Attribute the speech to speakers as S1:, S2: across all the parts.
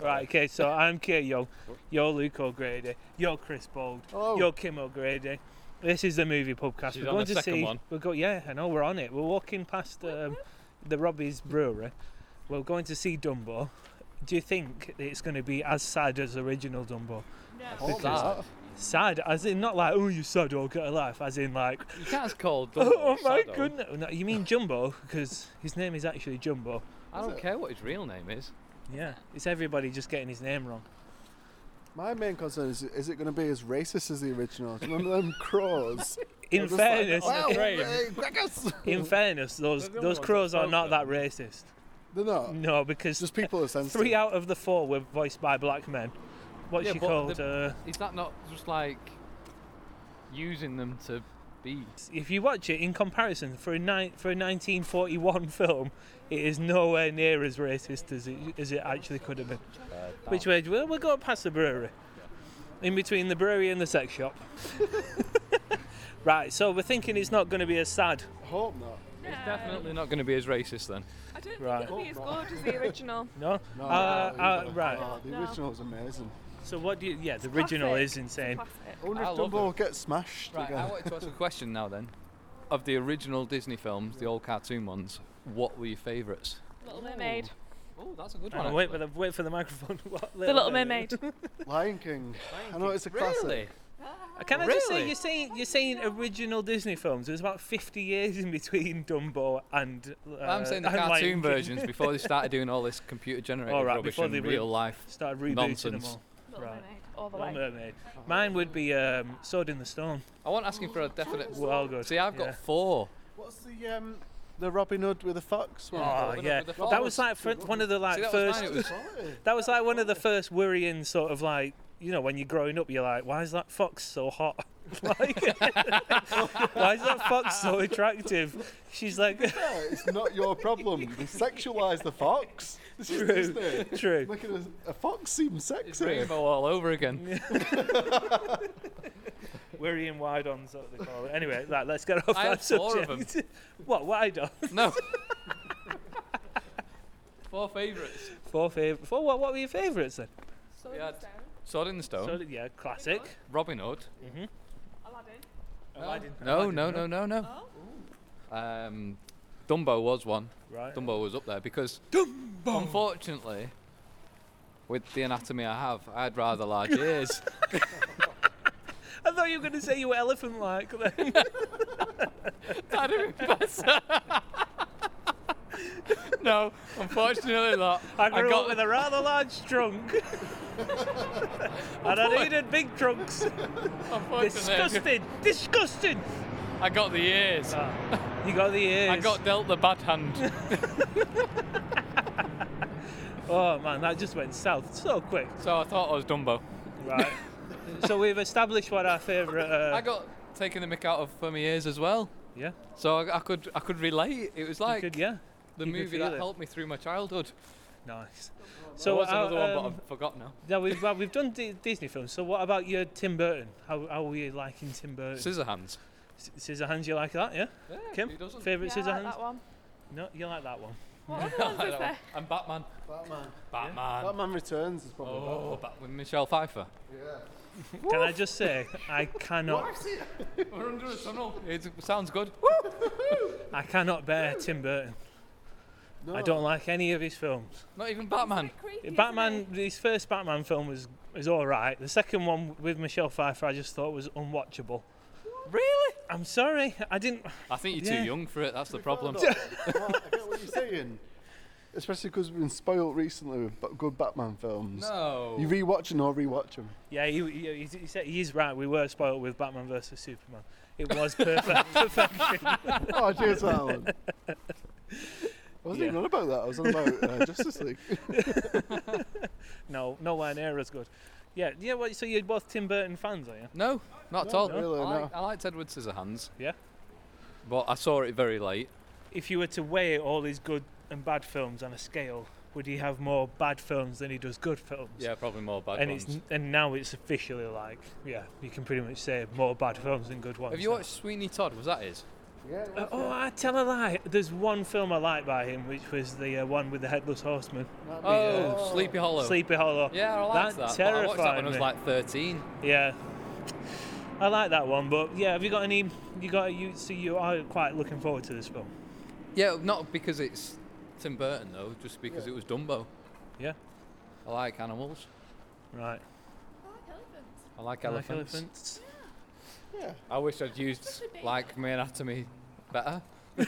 S1: Right, okay, so I'm Kate Young, you're Luke O'Grady, you're Chris Bold,
S2: Hello.
S1: you're Kim O'Grady. This is the movie podcast.
S3: She's
S1: we're
S3: on
S1: going
S3: the
S1: to
S3: second
S1: see.
S3: one.
S1: We're go, yeah, I know we're on it. We're walking past um, the Robbie's Brewery. We're going to see Dumbo. Do you think it's going to be as sad as the original Dumbo?
S2: Hold that.
S1: Sad, as in not like oh you sad or get a life, as in like
S3: You can't call Dumbo
S1: oh my
S3: Sado.
S1: goodness. No, you mean Jumbo because his name is actually Jumbo.
S3: I don't care what his real name is.
S1: Yeah, it's everybody just getting his name wrong.
S2: My main concern is is it going to be as racist as the original? Do you remember them crows?
S1: In
S2: They're just like,
S1: fairness,
S2: "Wow,
S3: crane."
S2: hey, crackers."
S1: In fairness, those
S3: They're the
S1: those
S3: ones
S1: crows
S3: that
S1: are
S3: spoke
S1: not that
S3: them.
S1: racist.
S2: They're not.
S1: No, because
S2: Just people are sensitive.
S1: three out of the four were voiced by black men. What's
S3: Yeah,
S1: she
S3: but
S1: called? Uh,
S3: Is that not just like using them to be?
S1: if you watch it in comparison for a ni- for a 1941 film, it is nowhere near as racist as it as it actually could have been. Which way? Well, we'll go past the brewery, in between the brewery and the sex shop. right. So we're thinking it's not going to be as sad.
S2: I hope not.
S3: It's definitely not going to be as racist then.
S4: I don't
S1: Right. Oh.
S4: think it'll be as good as the original.
S1: No.
S2: No,
S1: Uh,
S2: no,
S1: uh,
S2: no.
S1: right.
S2: Oh, the
S4: No.
S2: original was amazing.
S1: So what do you? Yeah, the
S4: It's
S1: original
S4: classic.
S1: is insane.
S4: It's classic.
S2: I wonder
S3: I
S2: if
S3: love
S2: Dumbo will get smashed
S3: Right, I
S2: again.
S3: wanted to ask a question now then. Of the original Disney films, the old cartoon ones, what were your favourites?
S4: Little Mermaid.
S3: Oh, that's a good
S1: Hang on,
S3: one.
S1: wait for the wait for the microphone. What,
S4: The Little Mermaid.
S2: Lion King. I know it's a classic.
S3: Really?
S1: Uh, Can I just say
S3: Really?
S1: you're saying you're saying original Disney films? There's about 50 years in between Dumbo and. Uh,
S3: I'm saying the
S1: and Lion King.
S3: cartoon versions before they started doing all this computer generated
S1: All right,
S3: rubbish
S1: before
S3: and
S1: they re-
S3: real life.
S1: Started rebooting
S3: Nonsense.
S1: them
S4: Little
S1: Right.
S4: Mermaid. All the
S1: all. Little
S4: way.
S1: Mermaid. Mine would be um, Sword in the Stone.
S3: I wasn't asking for a definite.
S1: We're all good.
S3: See, I've got
S1: Yeah.
S3: four.
S2: What's the um, the Robin Hood with the fox one?
S1: Oh
S3: Robin Hood
S1: yeah,
S3: with the
S1: that
S3: Fox.
S1: was like fir- one of the like
S3: See, that was
S1: first.
S3: mine. It was
S1: that was like one of the first worrying sort of like you know when you're growing up you're like why is that fox so hot like why is that fox so attractive she's like
S2: Yeah, it's not your problem. They sexualize the fox. This is
S1: True.
S2: Disney.
S1: true
S2: Making a, a fox seem
S3: It's
S2: sexy.
S3: rainbow all over again.
S1: Worrying wide ons, what they call it. Anyway, right, let's get off
S3: I
S1: that
S3: have four of
S1: subject. what wide on?
S3: No. Four favourites.
S1: Four favorite. Four. What, what were your favourites then?
S4: So
S3: Yeah, it's- Sword in the Stone,
S1: So yeah, classic.
S3: Robin Hood.
S1: Mm-hmm.
S4: Aladdin.
S1: Oh,
S3: No, no, no, no, no.
S4: Oh.
S3: Um, Dumbo was one.
S1: Right.
S3: Dumbo was up there because unfortunately, with the anatomy I have, I had rather large ears.
S1: I thought you were going to say you were elephant-like. Then.
S3: That'd be better. no, unfortunately not.
S1: I grew
S3: got
S1: up with a rather large trunk, and I needed big trunks.
S3: unfortunately, I got-
S1: disgusting, disgusting.
S3: I got the ears.
S1: Ah, you got the ears.
S3: I got dealt the bad hand.
S1: Oh man, that just went south so quick.
S3: So I thought I was Dumbo.
S1: Right. so we've established what our favourite. Uh,
S3: I got taken the mick out of for my ears as well.
S1: yeah.
S3: So I, I could I could relate. It was
S1: you
S3: like
S1: could, yeah.
S3: the
S1: you could
S3: movie
S1: feel
S3: that
S1: it.
S3: helped me through my childhood.
S1: Nice.
S3: So there was
S1: uh,
S3: another one, but
S1: um,
S3: I've forgotten now.
S1: Now we've well, we've done D- Disney films. So what about your Tim Burton? How how are you liking Tim Burton?
S3: Scissorhands.
S1: S- Scissorhands, you like that? Yeah.
S3: Yeah,
S1: Kim,
S3: who doesn't?
S1: Favorite
S4: yeah, I like
S1: Scissorhands?
S4: that one.
S1: No, you like that one.
S4: What other
S3: I
S4: ones
S3: like
S4: is
S3: that
S4: there?
S3: one. And Batman.
S2: Batman.
S3: Batman.
S2: Batman Returns is probably
S3: Oh, Bat with Michelle Pfeiffer.
S1: Can I just say I cannot
S3: We're under a tunnel. It sounds good.
S1: I cannot bear Tim Burton.
S2: No,
S1: I don't like any of his films.
S3: Not even Batman.
S4: Creepy, isn't
S1: Batman,
S4: it?
S1: his first Batman film was was all right. The second one with Michelle Pfeiffer, I just thought was unwatchable.
S3: Really?
S1: I'm sorry, I didn't.
S3: I think you're
S1: Yeah.
S3: too young for it. That's the problem.
S2: I get what you're saying. Especially because we've been spoiled recently with ba- good Batman films.
S3: No.
S2: You rewatch and or rewatch them.
S1: Yeah, he, he, he, said- he is right. We were spoiled with Batman versus Superman. It was perfect. perfection.
S2: oh, cheers, Alan. I wasn't
S1: Yeah.
S2: even on about that. I was on about uh, Justice League.
S1: No, nowhere near as good. Yeah, yeah. Well, so you're both Tim Burton fans, are you?
S3: no, not at
S2: No,
S3: all.
S2: really,
S3: I, like,
S2: no.
S3: I liked Edward Scissorhands.
S1: Yeah.
S3: But I saw it very late.
S1: If you were to weigh all his good and bad films on a scale, would he have more bad films than he does good films?
S3: Yeah, probably more bad
S1: And
S3: ones.
S1: it's and now it's officially like yeah, you can pretty much say more bad films than good ones.
S3: Have you
S1: now.
S3: watched Sweeney Todd? Was that his?
S2: Yeah,
S1: Uh, oh, I tell a lie. There's one film I like by him, which was the uh, one with the headless horseman,
S2: uh,
S3: Oh, Sleepy Hollow.
S1: Sleepy Hollow.
S3: Yeah, I liked
S1: That
S3: that. but I watched that
S1: terrified
S3: when I was
S1: me.
S3: like 13.
S1: Yeah. I like that one, but yeah, have you got any? You got you? So you are quite looking forward to this film.
S3: Yeah, not because it's Tim Burton though, just because it was Dumbo.
S1: Yeah.
S3: I like animals.
S1: Right.
S3: I like
S1: I
S3: elephants.
S1: Like elephants.
S2: yeah.
S3: I wish I'd used like my anatomy better.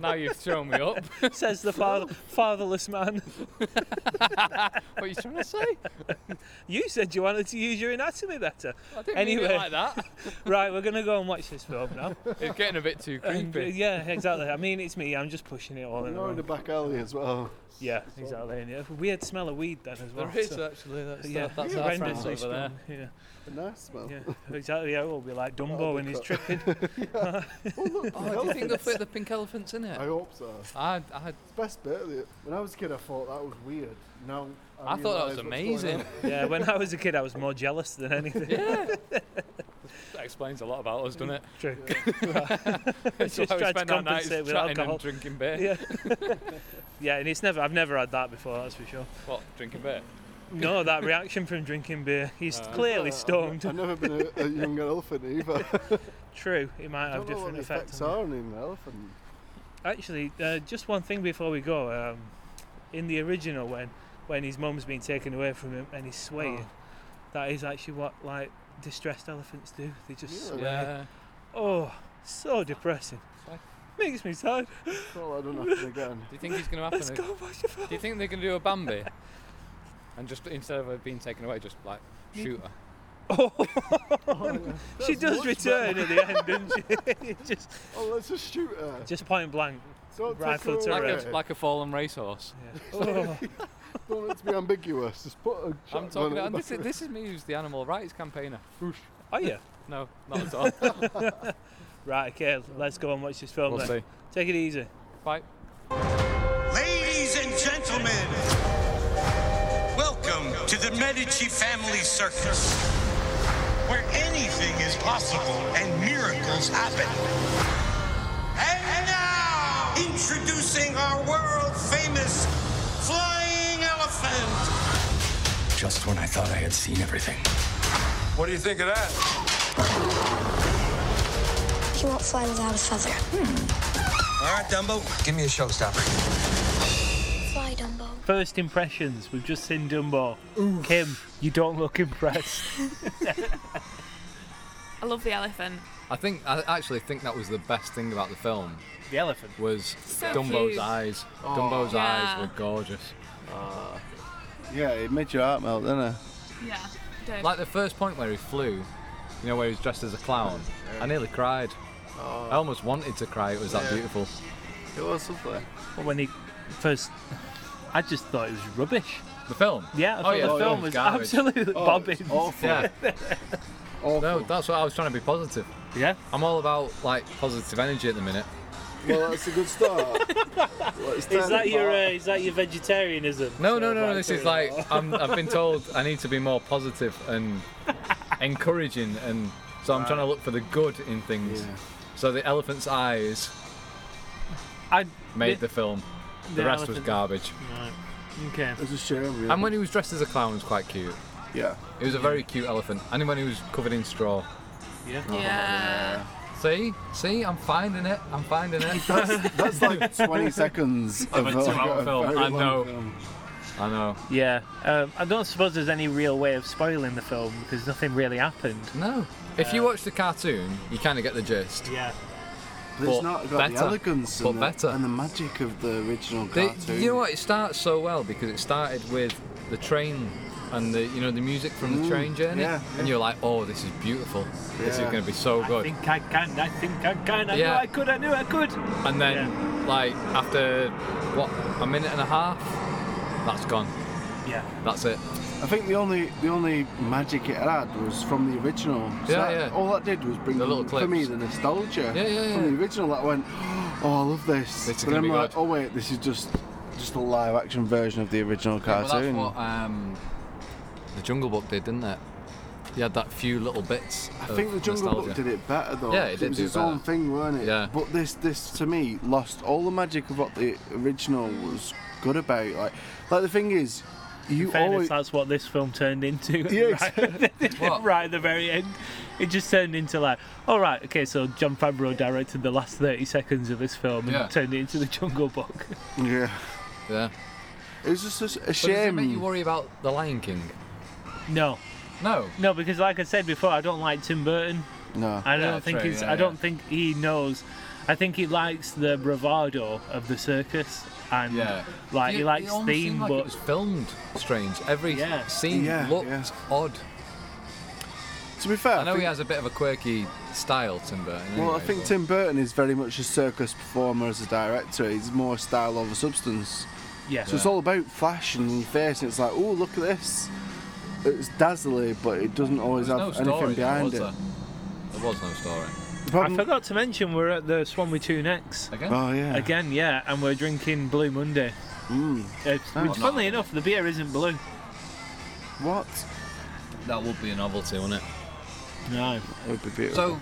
S3: now you've thrown me up.
S1: Says the father, fatherless man.
S3: What are you trying to say?
S1: You said you wanted to use your anatomy better.
S3: I didn't mean it
S1: Anyway.
S3: like that.
S1: Right, we're gonna go and watch this film now.
S3: It's getting a bit too
S1: And, uh,
S3: creepy.
S1: yeah, exactly. I mean, it's me. I'm just pushing it all. in the
S2: You're in the
S1: wrong-
S2: back alley as well.
S1: yeah, exactly. And yeah, weird smell of weed then as well.
S3: There is
S1: so-
S3: actually. That's,
S1: yeah,
S3: that, that's our friends
S1: horrendously
S3: over there.
S1: smelly, Yeah.
S2: A nice smell.
S1: Yeah, exactly. Yeah, we'll be like Dumbo
S2: That'll
S1: when
S2: be
S1: he's
S2: cut.
S1: tripping.
S2: Oh, look,
S3: Oh, do you think they'll fit the pink elephants in it?
S2: I hope so. It's
S3: I, I,
S2: the best bit of it. When I was a kid, I thought that was weird. Now I,
S3: I thought that was
S2: realise what's going
S3: amazing.
S1: yeah, when I was a kid, I was more jealous than anything.
S3: yeah. That explains a lot about us, doesn't it?
S1: True.
S3: That's
S1: Just
S3: why we
S1: tried to
S3: spend our nights
S1: compensate with
S3: chatting
S1: alcohol.
S3: and drinking beer.
S1: Yeah. yeah, and it's never. I've never had that before. That's for sure.
S3: What, drinking beer?
S1: No, that reaction from drinking beer. He's
S3: Uh,
S1: clearly
S2: Uh, I've
S1: stoned.
S2: ne- I've never been a, a young elephant either.
S1: True, it might
S2: I
S1: have
S2: don't know what
S1: different
S2: the
S1: effects.
S2: effects
S1: on
S2: are on an elephant.
S1: you. Actually, uh, just one thing before we go. Um, in the original, when when his mum's been taken away from him and he's swaying,
S2: Oh.
S1: that is actually what like distressed elephants do. They just
S2: Really?
S1: sway. Oh, so depressing.
S3: Sorry.
S1: Makes me sad.
S2: Well, that don't happen again.
S3: Do you think he's going to
S1: Let's
S3: happen?
S1: go and watch the film.
S3: Do you think they're going to do a Bambi? and just instead of her being taken away, just like shoot her.
S1: Oh,
S2: Oh, yeah.
S1: she
S2: That's
S1: does
S2: much
S1: return at the end, doesn't she? just,
S2: better. Oh, let's just shoot her.
S1: just point blank.
S2: Don't take
S1: rifle
S2: her
S1: to
S3: Like
S1: her
S2: away.
S3: a, like a fallen racehorse.
S1: Yeah. Oh,
S2: Don't let it be ambiguous. Just put a
S3: I'm
S2: shotgun
S3: talking.
S2: at
S3: And
S2: the
S3: this is this is me who's the animal rights campaigner. Whoosh.
S1: are you?
S3: No, not at all.
S1: Right, okay, let's go and watch this film
S3: we'll
S1: then.
S3: see.
S1: Take it easy.
S3: Bye.
S5: Ladies and gentlemen, welcome to the Medici Family Circus, where anything is possible and miracles happen. And now, introducing our world famous flying elephant.
S6: Just when I thought I had seen everything.
S7: What do you think of that?
S8: He won't fly without a feather.
S5: All right, Dumbo, give me a showstopper.
S8: Fly, Dumbo.
S1: First impressions, we've just seen Dumbo. Kim, you don't look impressed.
S4: I love the elephant.
S3: I think I actually think that was the best thing about the film
S1: the elephant.
S3: was
S4: So
S3: Dumbo's
S4: cute.
S3: eyes. Dumbo's eyes
S4: Yeah.
S3: were gorgeous.
S2: back. Yeah, it made your heart melt, didn't it?
S4: Yeah.
S3: Like the first point where he flew, you know, where he was dressed as a clown, I nearly cried. I almost wanted to cry. It was that
S2: Yeah.
S3: beautiful.
S2: It was lovely.
S1: But when he first, I just thought it was rubbish.
S3: The film.
S1: Yeah, I
S3: Oh,
S1: thought the
S3: yeah, the
S1: film
S3: film's
S1: was
S3: garbage.
S1: absolutely
S2: Oh,
S1: bobbing.
S2: it's awful.
S3: Yeah.
S2: Awful.
S3: No, that's what I was trying to be positive.
S1: Yeah,
S3: I'm all about like positive energy at the minute.
S2: Well, that's a good start. Is
S1: is that your uh, is that your vegetarianism?
S3: No, no,
S1: So
S3: no, no.
S1: that's
S3: This is
S1: what
S3: like
S1: it
S3: I'm, I've been told I need to be more positive and encouraging, and so I'm trying to look for the good in
S1: uh,
S3: things.
S2: Yeah.
S3: So the elephant's eyes
S1: I
S3: made
S1: the,
S3: the film. The rest was
S1: elephant-
S3: garbage.
S1: Okay.
S2: It's a shame, really.
S3: And when he was dressed as a clown, it was quite cute.
S2: yeah.
S3: It was a very cute elephant. And when he was covered in straw.
S4: yeah.
S3: See, see, I'm finding it. I'm finding it.
S2: That's like 20 seconds of
S3: a
S2: like,
S3: two-hour
S2: a
S3: film,
S2: very
S3: I
S2: long
S3: know.
S2: film.
S3: I know.
S1: Yeah, um, I don't suppose there's any real way of spoiling the film because nothing really happened.
S3: No. If you watch the cartoon, you kind of get the gist.
S1: Yeah.
S2: But
S3: But
S2: it's not got
S3: better.
S2: the elegance
S3: But
S2: and,
S3: better.
S2: The, and the magic of the original
S3: They,
S2: cartoon.
S3: you know what? It starts so well because it started with the train and the you know the music from the train journey,
S2: Mm, yeah, yeah.
S3: and you're like, oh, this is beautiful. This is
S2: Yeah.
S3: going to be so good.
S1: I can. I think I can. I
S3: knew Oh, Yeah. I
S1: could. I knew I could.
S3: and then, like after what a minute and a half, that's gone.
S1: Yeah.
S3: That's it.
S2: I think the only the only magic it had was from the original. So
S3: Yeah,
S2: that-
S3: yeah.
S2: All that did was bring
S3: The little
S2: for me
S3: clips.
S2: the nostalgia
S3: Yeah,
S2: from
S3: yeah, yeah.
S2: the original. That went, oh, I love this.
S3: This is
S2: but
S3: gonna
S2: I'm
S3: be
S2: like,
S3: good.
S2: oh wait, this is just just a live action version of the original
S3: Well, that's
S2: cartoon.
S3: what um, the Jungle Book did, didn't it? You had that few little bits.
S2: I
S3: of
S2: think the Jungle Book
S3: nostalgia.
S2: did it better though.
S3: Yeah, it did
S2: was
S3: do
S2: its
S3: better.
S2: own thing, weren't it?
S3: Yeah.
S2: But this, this to me, lost all the magic of what the original was good about. Like, like the thing is, you
S1: Fairness,
S2: always
S1: that's what this film turned into.
S2: Yeah,
S1: right, right at the very end. It just turned into like, all right, okay, so John Favreau directed the last 30 seconds of this film and
S3: Yeah.
S1: turned it into the Jungle Book.
S2: yeah.
S3: Yeah.
S2: It was just a, a
S3: But does it
S2: shame.
S3: make you worry about the Lion King?
S1: No,
S3: No.
S1: no, because like I said before, I don't like Tim Burton.
S2: no.
S1: I don't
S3: Yeah,
S1: think
S3: true,
S1: he's.
S3: yeah,
S1: I
S3: yeah.
S1: don't think he knows. I think he likes the bravado of the circus and
S3: Yeah.
S1: like
S3: It-
S1: he
S3: it
S1: likes
S3: almost
S1: theme,
S3: seemed like
S1: but
S3: it was filmed strange. Every
S1: Yeah.
S3: scene
S2: Yeah,
S3: looked
S2: yeah.
S3: odd.
S2: To be fair,
S3: I know
S2: think,
S3: he has a bit of a quirky style, Tim Burton.
S2: Well, I
S3: anyway,
S2: think
S3: but-
S2: Tim Burton is very much a circus performer as a director. He's more style over substance.
S1: yeah,
S2: So it's all about flash and your face, and it's like, oh, look at this. It's dazzling, but it doesn't always
S3: There's no
S2: have
S3: story,
S2: anything
S3: though,
S2: behind
S3: was
S2: it.
S3: There? there was no story.
S2: The
S1: I
S2: problem-
S1: forgot to mention we're at the Swan with Two Necks.
S3: Again?
S2: Oh yeah.
S1: Again, yeah, and we're drinking Blue Monday. Mm.
S2: Oh.
S1: which, funnily enough, the beer isn't blue.
S2: What?
S3: That would be a novelty, wouldn't it?
S1: No.
S2: It would be beautiful.
S3: So,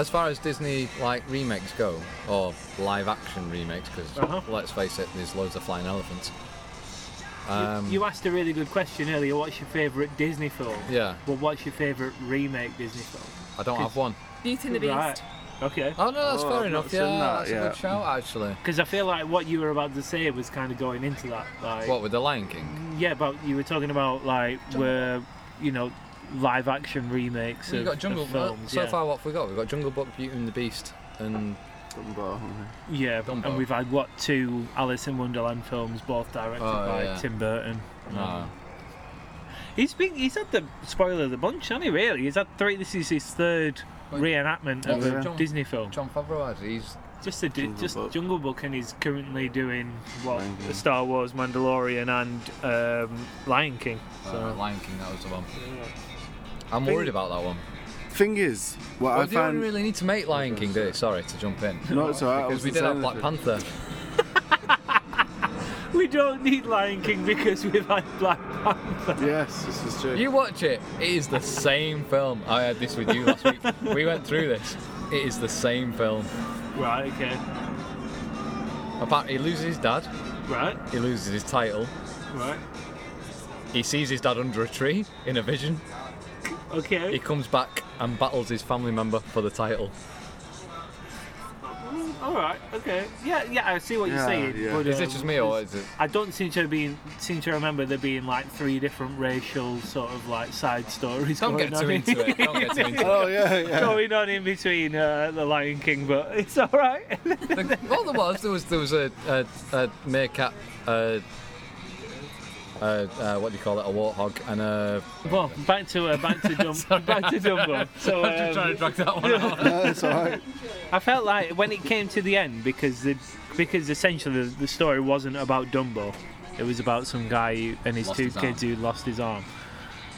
S3: as far as Disney like remakes go, or live action remakes, because
S1: Uh-huh.
S3: let's face it, there's loads of flying elephants.
S1: you asked a really good question earlier. What's your favourite Disney film?
S3: Yeah.
S1: Well, what's your favourite remake Disney film?
S3: I don't have one.
S4: Beauty and the Beast.
S1: Right. Okay.
S3: Oh no, that's
S2: Oh,
S3: fair
S2: I've
S3: enough.
S2: not
S3: Yeah,
S2: seen that
S3: that's a
S2: yet.
S3: good shout actually.
S1: Because I feel like what you were about to say was kind of going into that. Like,
S3: What with the Lion King?
S1: Yeah, but you were talking about like were you know live action remakes
S3: We've
S1: of,
S3: got Jungle
S1: of
S3: Book.
S1: films.
S3: so
S1: yeah.
S3: far, what have we got? We've got Jungle Book, Beauty and the Beast, and
S2: Dumbo, yeah.
S1: yeah,
S3: Dumbo.
S1: and we've had what two Alice in Wonderland films, both directed
S3: Oh,
S1: by
S3: yeah.
S1: Tim Burton.
S3: uh,
S1: He's been he's had the spoiler of the bunch, hasn't he? Really, he's had three. This is his third
S3: Wait,
S1: reenactment of
S3: what's
S1: a
S3: John-
S1: Disney film.
S3: John Favreau. had- He's
S1: Just a di-
S2: Jungle
S1: just
S2: Book.
S1: Jungle Book, and he's currently doing what
S2: Lion King.
S1: Star Wars, Mandalorian, and um, Lion King.
S3: uh,
S1: So
S3: Lion King. That was the one. I'm worried about that one.
S2: Thing is, what
S3: Well,
S2: I
S3: we don't
S2: found.
S3: really need to make Lion King, do we? Sorry to jump in.
S2: No, it's alright. I
S3: Because we
S2: wasn't
S3: did have
S2: saying
S3: Black
S2: anything.
S3: Panther.
S1: we don't need Lion King because we've had Black Panther.
S2: Yes, this is true.
S3: You watch it. It is the same film. I had this with you last week. We went through this. It is the same film.
S1: Right. Okay.
S3: Apart, he loses his dad.
S1: Right.
S3: He loses his title.
S1: Right.
S3: He sees his dad under a tree in a vision. He
S1: Okay.
S3: comes back and battles his family member for the title.
S1: All right. Okay. Yeah. Yeah. I see what you're
S2: Yeah,
S1: saying.
S2: yeah.
S1: but,
S3: Is
S1: um,
S3: this just me or is it?
S1: I don't seem to be seem to remember there being like three different racial sort of like side stories
S3: Don't
S1: going
S3: get
S1: on
S3: too
S1: in,
S3: into it. Don't get too into it.
S2: Oh yeah, yeah.
S1: going on in between uh, the Lion King, but it's all right.
S3: The, well, there was there was there was a a, a meerkat. Uh, uh, uh, what do you call it? A warthog and a.
S1: well, back to uh, back to Dumbo. back to Dumbo. So um,
S3: drag that one out.
S2: No, it's alright.
S1: I felt like when it came to the end because the because essentially the, the story wasn't about Dumbo. It was about some guy who- and his
S3: Lost
S1: two
S3: his
S1: kids who lost his arm.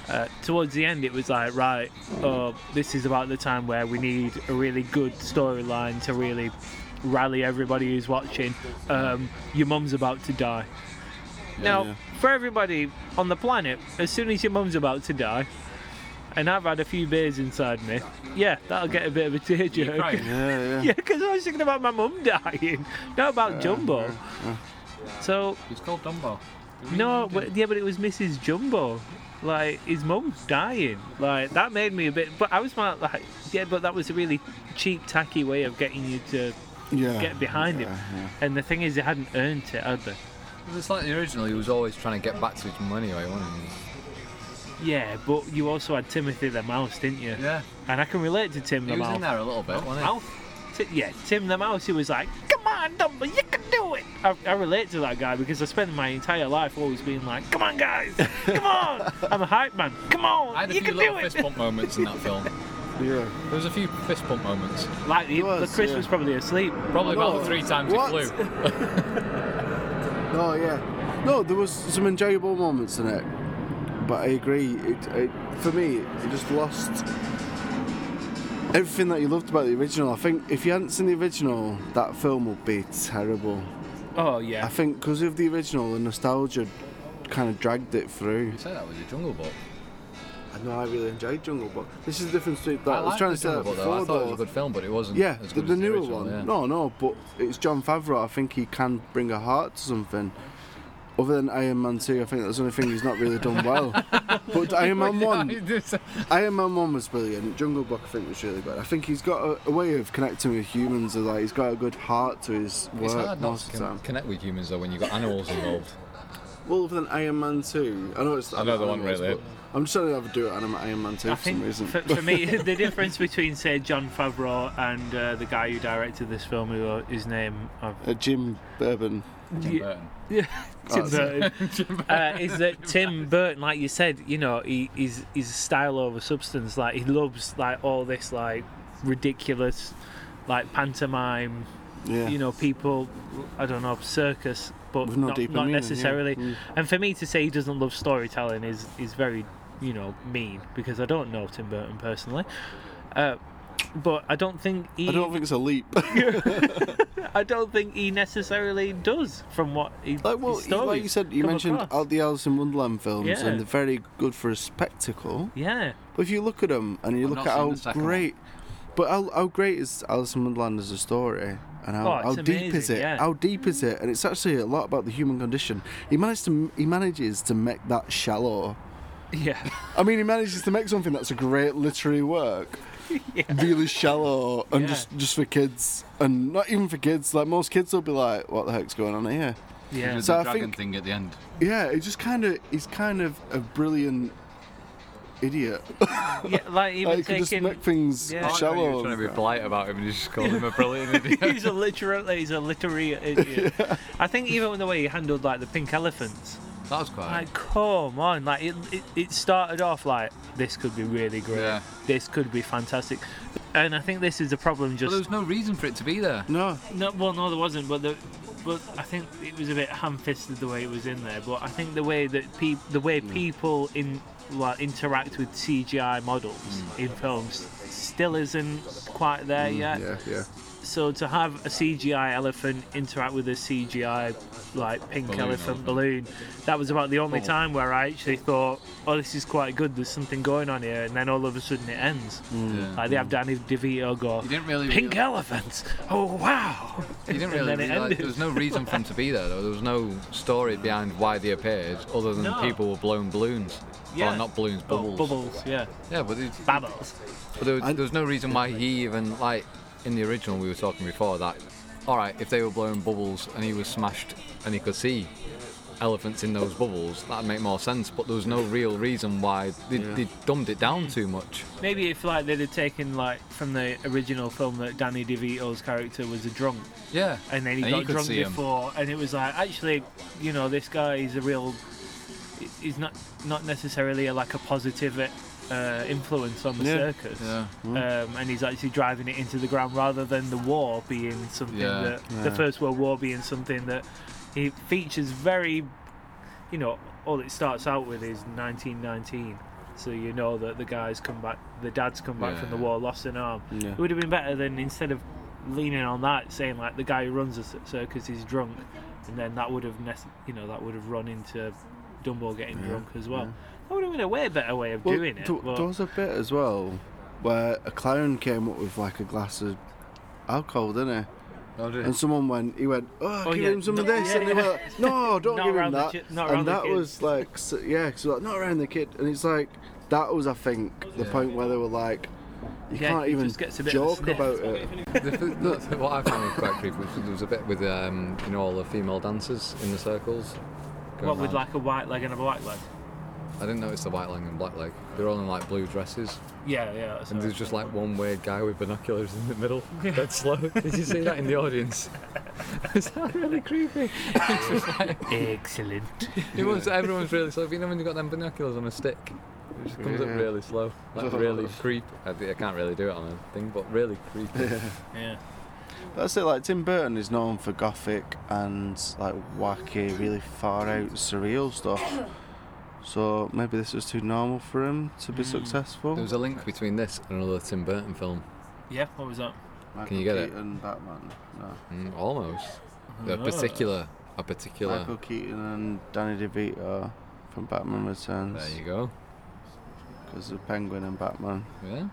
S1: Uh, towards the end, it was like, right, oh, this is about the time where we need a really good storyline to really rally everybody who's watching. Um, your mum's about to die. Now,
S2: yeah.
S1: for everybody on the planet, as soon as your mum's about to die, and I've had a few beers inside me, yeah, that'll get a bit of a tearjerk.
S2: Yeah, yeah.
S1: Yeah, because I was thinking about my mum dying, not about Jumbo. So
S3: It's called Dumbo.
S1: no, but, yeah, but it was Mrs. Jumbo, like his mum's dying. Like that made me a bit. But I was like, like, yeah, but that was a really cheap, tacky way of getting you to
S2: yeah.
S1: get behind him. And the thing is, they hadn't earned it, had they?
S3: It's like the original. He was always trying to get back to his mum anyway, wasn't he?
S1: Yeah, but you also had Timothy the Mouse, didn't you?
S3: Yeah.
S1: And I can relate to Tim
S3: He
S1: the
S3: was in
S1: Mouse.
S3: there a little bit, wasn't he?
S1: Mouse. Ti- yeah, Tim the Mouse, he was like, come on, Dumbo, you can do it. I, I relate to that guy because I spent my entire life always being like, come on, guys, come on. I'm a hype man, come on,
S3: I had a
S1: you
S3: few
S1: can do
S3: little
S1: it.
S3: fist bump moments in that film.
S2: Yeah.
S3: There was a few fist bump moments.
S1: Like, the,
S2: was,
S1: the Chris
S2: yeah.
S1: was probably asleep.
S3: Probably about
S2: No.
S3: three times
S2: What?
S3: he flew.
S2: No, yeah. No, there was some enjoyable moments in it, but I agree. It, it for me, it just lost everything that you loved about the original. I think if you hadn't seen the original, that film would be terrible.
S1: Oh,
S2: I
S1: yeah.
S2: think because of the original, the nostalgia kind of dragged it through.
S3: You say that was a Jungle Book.
S2: I know I really enjoyed Jungle Book. This is the difference between that. I, was
S3: liked
S2: trying
S3: the
S2: to say that
S3: Jungle Book,
S2: before,
S3: though. I thought it was
S2: though.
S3: a good film, but it wasn't.
S2: Yeah,
S3: as
S2: the,
S3: good
S2: the
S3: as
S2: newer
S3: original,
S2: one.
S3: yeah.
S2: No, no, but it's John Favreau. I think he can bring a heart to something. Other than Iron Man 2, I think that's the only thing he's not really done well. but Iron Man 1, Iron Man 1 was brilliant. Jungle Book, I think, was really good. I think he's got a, a way of connecting with humans. and, Like, he's got a good heart to his work
S3: It's hard not
S2: most
S3: to
S2: of the
S3: con-
S2: time.
S3: connect with humans though when you've got animals involved.
S2: Well, other than Iron Man 2, I know it's
S3: I know the one,
S2: animals,
S3: really.
S2: but I'm just trying to have a do at Iron- Iron Man 2
S1: I
S2: for some
S1: think
S2: reason.
S1: for, for me, the difference between, say, John Favreau and uh, the guy who directed this film, who uh, his name I've
S2: Uh, Jim Bourbon.
S3: Tim Burton.
S1: Tim Burton, uh, is that Tim Burton, like you said, you know, he, he's he's style over substance. Like he loves like all this like ridiculous, like pantomime.
S2: Yeah.
S1: You know, people. I don't know circus, but
S2: With no
S1: not,
S2: deeper
S1: not
S2: meaning, yeah.
S1: necessarily.
S2: Mm.
S1: And for me to say he doesn't love storytelling is is very you know mean because I don't know Tim Burton personally. Uh, but I don't think he
S2: I don't think it's a leap.
S1: I don't think he necessarily does from what he
S2: Like well,
S1: his
S2: you- like you
S1: stories
S2: said, you
S1: come
S2: mentioned
S1: across.
S2: all the Alice in Wonderland films,
S1: Yeah.
S2: and they're very good for a spectacle.
S1: Yeah,
S2: But if you look at them and you
S3: I've
S2: look
S3: not
S2: at
S3: seen
S2: how
S3: the second one.
S2: great, but how, how great is Alice in Wonderland as a story, and how,
S1: Oh, it's
S2: how deep is
S1: amazing,
S2: it?
S1: yeah.
S2: How deep is it? And it's actually a lot about the human condition. He managed to he manages to make that shallow.
S1: yeah.
S2: I mean, he manages to make something that's a great literary work. Really shallow and
S1: Yeah.
S2: just just for kids, and not even for kids. Like most kids will be like, "What the heck's going on here?"
S1: Yeah,
S3: There's
S2: So
S3: the
S2: I
S3: dragon
S2: think-
S3: thing at the end.
S2: Yeah, it just kind of he's kind of a brilliant idiot.
S1: yeah like even
S2: Like, he can just
S1: taking.
S2: make things
S1: yeah. Oh, I know
S3: You're
S2: shallow.
S3: trying to be polite about him and you just called him a brilliant idiot.
S1: he's a literal, he's a literary idiot. I think even the way he handled like the pink elephants,
S3: That was quite.
S1: like come on, like it, it, it started off like this could be really great,
S3: Yeah.
S1: this could be fantastic, and I think this is the problem.
S3: But
S1: Just
S3: there was no reason for it to be there.
S2: no,
S1: No, well, no, there wasn't. But the, but I think it was a bit ham-fisted the way it was in there. But I think the way that peop the way people in well interact with CGI models in films still isn't quite there yet.
S2: yeah, yeah.
S1: So to have a CGI elephant interact with a CGI like pink
S3: Balloon
S1: elephant,
S3: elephant. Oh.
S1: balloon, that was about the only
S3: Bubble.
S1: time where I actually thought, oh, this is quite good. There's something going on here, and then all of a sudden it ends.
S3: Yeah.
S1: Like they have Danny DeVito go,
S3: Mm. You didn't really
S1: pink
S3: real-
S1: elephants. Oh wow!
S3: You didn't
S1: And
S3: really
S1: then it
S3: realise
S1: ended.
S3: there was no reason for him to be there though. There was no story behind why they appeared other than
S1: No.
S3: people were blowing balloons.
S1: Yeah.
S3: Or not balloons,
S1: Oh,
S3: bubbles.
S1: bubbles, yeah,
S3: Yeah, but, it, but
S1: bubbles.
S3: there, was, there was no reason why he even like in the original we were talking before that. All right, if they were blowing bubbles and he was smashed and he could see elephants in those bubbles, that'd make more sense. But there was no real reason why they, they dumbed it down too much.
S1: Maybe if like they'd have taken like from the original film that Danny DeVito's character was a drunk,
S3: Yeah,
S1: and then he
S3: And you
S1: got
S3: could
S1: drunk
S3: see 'em.
S1: before, and it was like actually, you know, this guy is a real. He's not not necessarily a, like a positive uh, influence on the
S2: Yeah.
S1: circus,
S3: Yeah. Hmm.
S1: um, and he's actually driving it into the ground rather than the war being something
S3: Yeah.
S1: that the First World War being something that it features very, you know, all it starts out with is 1919. So you know that the guys come back, the dad's come back
S3: Yeah.
S1: from the war, lost an arm.
S2: Yeah.
S1: It would have been better than instead of leaning on that, saying like the guy who runs the cir- circus is drunk, and then that would have, nece- you know, that would have run into Dumbo getting drunk as well. That would have been a way better way of
S2: Well,
S1: doing it.
S2: th-
S1: but-
S2: There was a bit as well where a clown came up with like a glass of alcohol, didn't he?
S3: Oh, did
S2: And someone went, he went, oh,
S1: Oh,
S2: give
S1: yeah.
S2: him some of
S1: Yeah,
S2: this,
S1: yeah,
S2: and they
S1: yeah.
S2: were like, no, don't
S1: Not
S2: give him
S1: around the
S2: that.
S1: chi- not
S2: and
S1: around the
S2: that
S1: kid.
S2: was like, s yeah, so like, not around the kid, and it's like that was, I think, the point where they were like, you
S1: Yeah,
S2: can't
S1: he
S2: even
S1: just gets a bit of a
S2: joke
S1: sniff.
S2: about it.
S3: The f- the- what I found was quite creepy was there was a bit with um, you know all the female dancers in the circles. going
S1: what with
S3: round.
S1: like a white leg and a black leg?
S3: I didn't notice the white leg and black leg. They're all in like blue dresses,
S1: Yeah, yeah. That's
S3: and
S1: right.
S3: there's just like one weird guy with binoculars in the middle. That's slow. Did you see that in the audience? Is that really creepy? It's just like-
S1: Excellent.
S3: it was. Everyone's really slow. You know when you got them binoculars on a stick, it just comes
S2: Yeah.
S3: up really slow, like really creep. I, I can't really do it on a thing, but really creepy.
S1: Yeah.
S2: That's it. Like Tim Burton is known for gothic and like wacky, really far out, surreal stuff. So maybe this was too normal for him to be successful.
S3: There was a link between this and another Tim Burton film.
S1: Yeah, what was that?
S2: Michael
S3: can you get it?
S2: Keaton, Batman. No.
S3: Mm, almost. A
S1: Ah. Oh,
S3: particular, a particular.
S2: Michael Keaton and Danny DeVito from Batman Returns.
S3: There you go.
S2: Because as the Penguin and Batman.
S3: Yeah.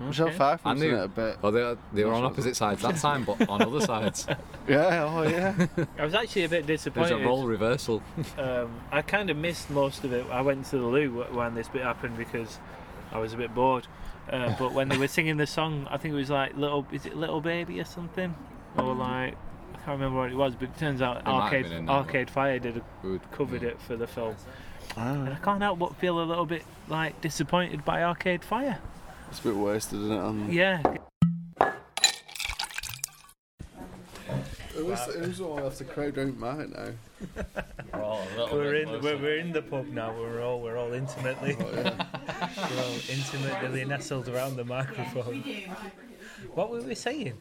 S2: Michelle Pfeiffer
S3: I
S2: was in
S3: knew-
S2: it a bit.
S3: Oh, they, they were on opposite sides that time, but on other sides.
S2: Yeah, oh yeah.
S1: I was actually a bit
S3: There's a
S1: disappointed.
S3: role reversal.
S1: Um, I kind of missed most of it. I went to the loo wh- when this bit happened because I was a bit bored. Uh, but when they were singing the song, I think it was like little is it little baby or something, or like I can't remember what it was. But it turns out
S3: might have
S1: arcade
S3: been in that, Mm.
S1: Arcade Fire did a,
S3: Good.
S1: covered
S3: yeah.
S1: it for the film. And I can't help but feel a little bit like disappointed by Arcade Fire.
S2: It's a bit wasted, isn't it? On
S1: Yeah,
S2: Who's, who's the one after Crow Don't Mind now?
S1: we're in we're, we're in the pub now. We're all we're all intimately
S3: Oh,
S1: we're all intimately nestled around the microphone. What were we saying?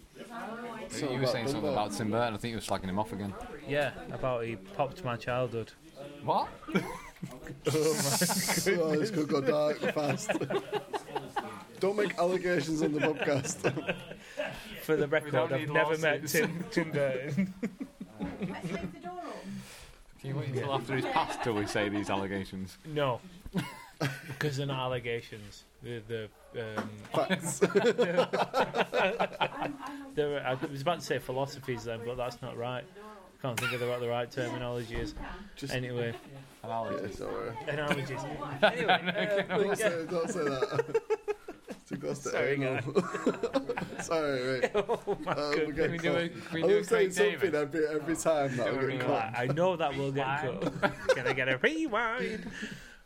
S3: You were saying something about Tim Burton. I think you were slagging him off again.
S1: Yeah, about he popped my childhood.
S3: What?
S2: Oh, this could go dark fast. Don't make allegations on the podcast.
S1: For the record, I've
S3: need
S1: never met
S3: lawsuits.
S1: Tim, Tim Burton.
S3: Can you wait until after he's passed till we say these allegations?
S1: no, because they're not allegations. They're, they're, um,
S2: Facts.
S1: they're, I was about to say philosophies then, but that's not right. Can't think of the, what the right terminology is.
S2: Just-
S1: anyway,
S2: Yeah, don't worry.
S1: analogies. anyway, uh,
S2: Don't say, don't say that. I think that's the
S1: Sorry,
S2: angle. Sorry, right.
S1: oh my
S2: Uh,
S1: goodness.
S2: we get caught.
S3: we
S2: I was saying something every, every time that we get caught.
S1: I know that will get cut. Can I get a rewind?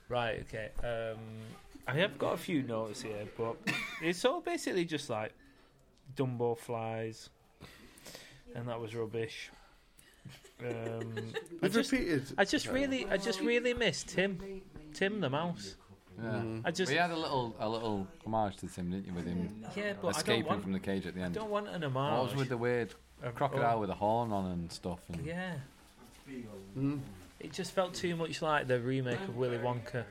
S1: Right, okay. Um, I have got a few notes here, but it's all basically just like Dumbo flies, and that was rubbish. Um, I
S2: We've
S1: just,
S2: repeated.
S1: I just really, I just really missed Tim, Tim the mouse.
S3: Yeah.
S1: I just,
S3: We had a little, a little homage to Tim, didn't you, with him
S1: yeah, but I don't
S3: escaping
S1: want,
S3: from the cage at the end?
S1: don't want an
S3: What was
S1: homage.
S3: with the weird
S1: Um,
S3: crocodile with a horn on and stuff? And
S1: Yeah.
S3: Hmm.
S1: It just felt too much like the remake of Willy Wonka.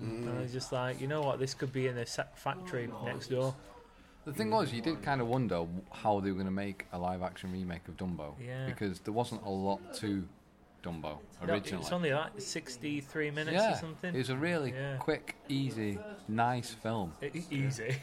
S3: Hmm.
S1: And I was just like, you know what, this could be in a sa- factory
S3: Oh,
S1: next door.
S3: The thing was, you did kind of wonder how they were going to make a live-action remake of Dumbo,
S1: Yeah.
S3: because there wasn't a lot to Dumbo
S1: No,
S3: originally.
S1: It's only like 63 minutes
S3: yeah,
S1: or something.
S3: it was a really
S1: Yeah.
S3: quick, easy, nice film.
S1: It's easy.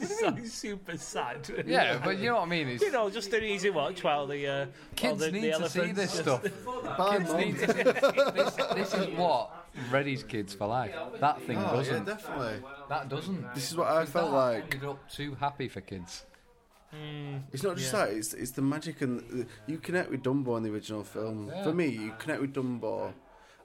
S1: it's so super sad.
S3: Yeah, but you know what I mean. It's,
S1: You know, just an easy watch while the uh, while
S3: kids
S1: the, the
S3: need to see
S1: elephants
S3: this
S1: just-
S3: stuff.
S2: Bye,
S3: Kids
S2: Mum.
S3: need to see this. This is what readies kids for life. That thing
S2: Oh, yeah,
S3: doesn't.
S2: definitely.
S3: that doesn't.
S2: This is what I felt like.
S3: Ended up too happy for kids.
S2: It's not just that; it's, it's the magic and you connect with Dumbo in the original film. For me, you connect with Dumbo,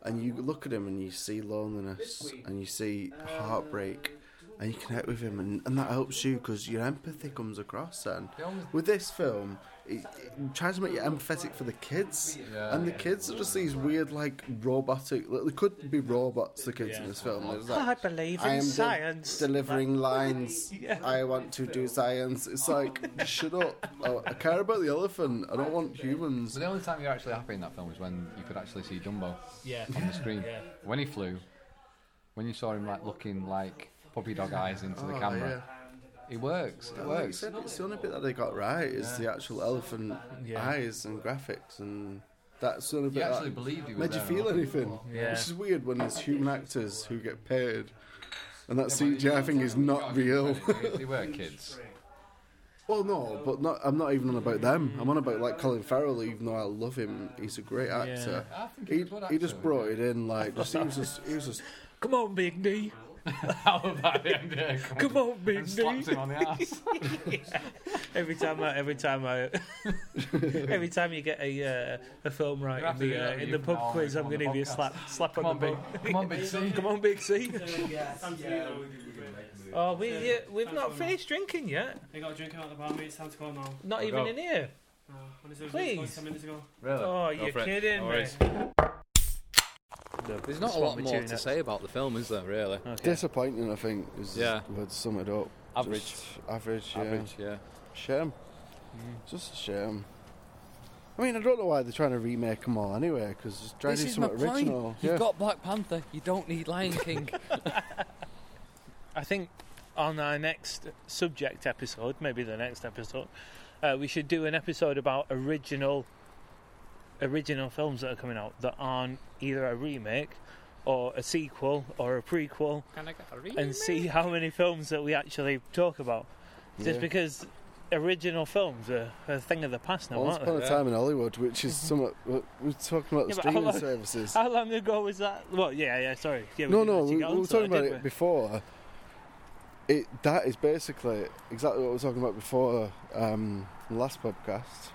S2: and you look at him and you see loneliness and you see heartbreak, and you connect with him, and, and that helps you because your empathy comes across. And with this film, it, it tries to make you empathetic for the kids, and the kids are just these weird, like robotic. They could be robots. The kids in this film, They're just like,
S1: I believe in
S2: I am de-
S1: science.
S2: delivering lines. I want to do science. It's like, shut up. I, I care about the elephant. I don't want humans.
S3: So the only time you're actually happy in that film is when you could actually see Dumbo
S1: yeah.
S3: on the screen.
S1: Yeah.
S3: When he flew, when you saw him like looking like puppy dog eyes into
S2: Oh,
S3: the camera, it works. It
S2: Like I
S3: works.
S2: said, it's the only bit that they got right is the actual elephant
S1: Yeah.
S2: eyes and graphics and. That's the only bit
S3: actually
S2: that
S3: believed he was
S2: made you
S3: there
S2: feel
S3: or not.
S2: anything.
S1: Yeah.
S2: Which is weird when there's human actors who get paid, and that CGI thing is not real.
S3: they, they were kids.
S2: Well, no, but not, I'm not even on about them. I'm on about like Colin Farrell, even though I love him. He's a great actor.
S3: I think
S2: He,
S3: he's a good
S2: he just
S3: actor.
S2: brought it in like just, he was just he was just
S1: Come on, Big D.
S3: How about him?
S1: Come on, Big D.
S3: Slapped him on the ass.
S1: Every time, I, every time I, every time you get a uh, a film right
S3: You have
S1: in
S3: to do
S1: the
S3: that
S1: uh,
S3: with
S1: in
S3: you
S1: the
S3: from
S1: pub
S3: now on,
S1: quiz,
S3: come
S1: I'm
S3: on
S1: going to
S3: the
S1: give you a
S3: podcast.
S1: slap slap
S3: Come
S1: on
S3: on,
S1: the
S3: big.
S1: butt.
S3: Come on, big C.
S1: Come on, Big C. oh, we yeah, we've not finished drinking yet.
S9: They got a drink out of the bar, mate. It's time to go now.
S1: Not even
S3: go.
S1: in here.
S9: Uh, when is it?
S1: Please.
S9: Like 10 minutes ago.
S3: Really?
S1: Oh, you're kidding me.
S3: There's not a lot more to say about the film, is there? Really?
S2: disappointing. I think is
S3: Yeah.
S2: would sum it up.
S3: Average.
S2: Just average, yeah.
S3: Average. Mm. Yeah.
S2: Shame, just a shame. I mean, I don't know why they're trying to remake them all anyway. Because just try to do something original. Yeah.
S3: got Black Panther. You don't need Lion King.
S1: I think on our next subject episode, maybe the next episode, uh, we should do an episode about original original films that are coming out that aren't either a remake or a sequel or a prequel
S10: Can I get a remake?
S1: and see how many films that we actually talk about. Just
S2: Yeah.
S1: because original films are a thing of the past now,
S2: Once
S1: aren't they?
S2: upon a time in Hollywood, which
S3: Mm-hmm.
S2: is somewhat we- we're talking about the
S1: Yeah, but how
S2: streaming
S1: long-
S2: services.
S1: How long ago was that? Well, yeah, yeah, sorry. Yeah,
S2: no,
S1: didn't
S2: no,
S1: actually
S2: we,
S1: get
S2: we were
S1: onto
S2: talking
S1: that,
S2: about
S1: did
S2: it
S1: we?
S2: before. It that is basically exactly what we were talking about before um, last podcast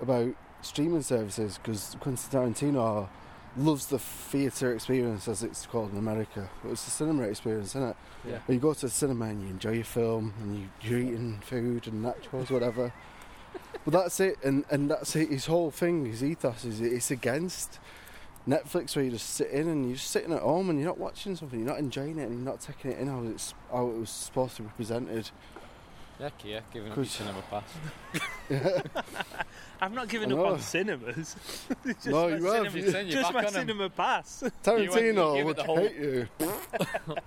S2: about streaming services because Quentin Tarantino loves the theatre experience as it's called in America. But it's the cinema experience, isn't it?
S10: Yeah.
S2: You go to the cinema and you enjoy your film and you, you're eating food and nachos, whatever. but that's it, and, and that's it. His whole thing, his ethos is it's against Netflix, where you just sit in and you're just sitting at home and you're not watching something, you're not enjoying it, and you're not taking it in how it's how it was supposed to be presented.
S10: Yeah, Kia, giving up
S2: Could-
S10: your cinema pass.
S1: I've not given
S2: I
S1: up on
S2: know.
S1: cinemas. It's just
S2: No,
S1: my
S2: you have,
S1: cinema-
S2: you-
S10: Turn your
S1: just
S10: back
S1: my
S10: on 'em.
S1: cinema pass.
S10: You went- you
S2: Tarantino
S10: gave
S2: would
S10: it the whole-
S2: hate you.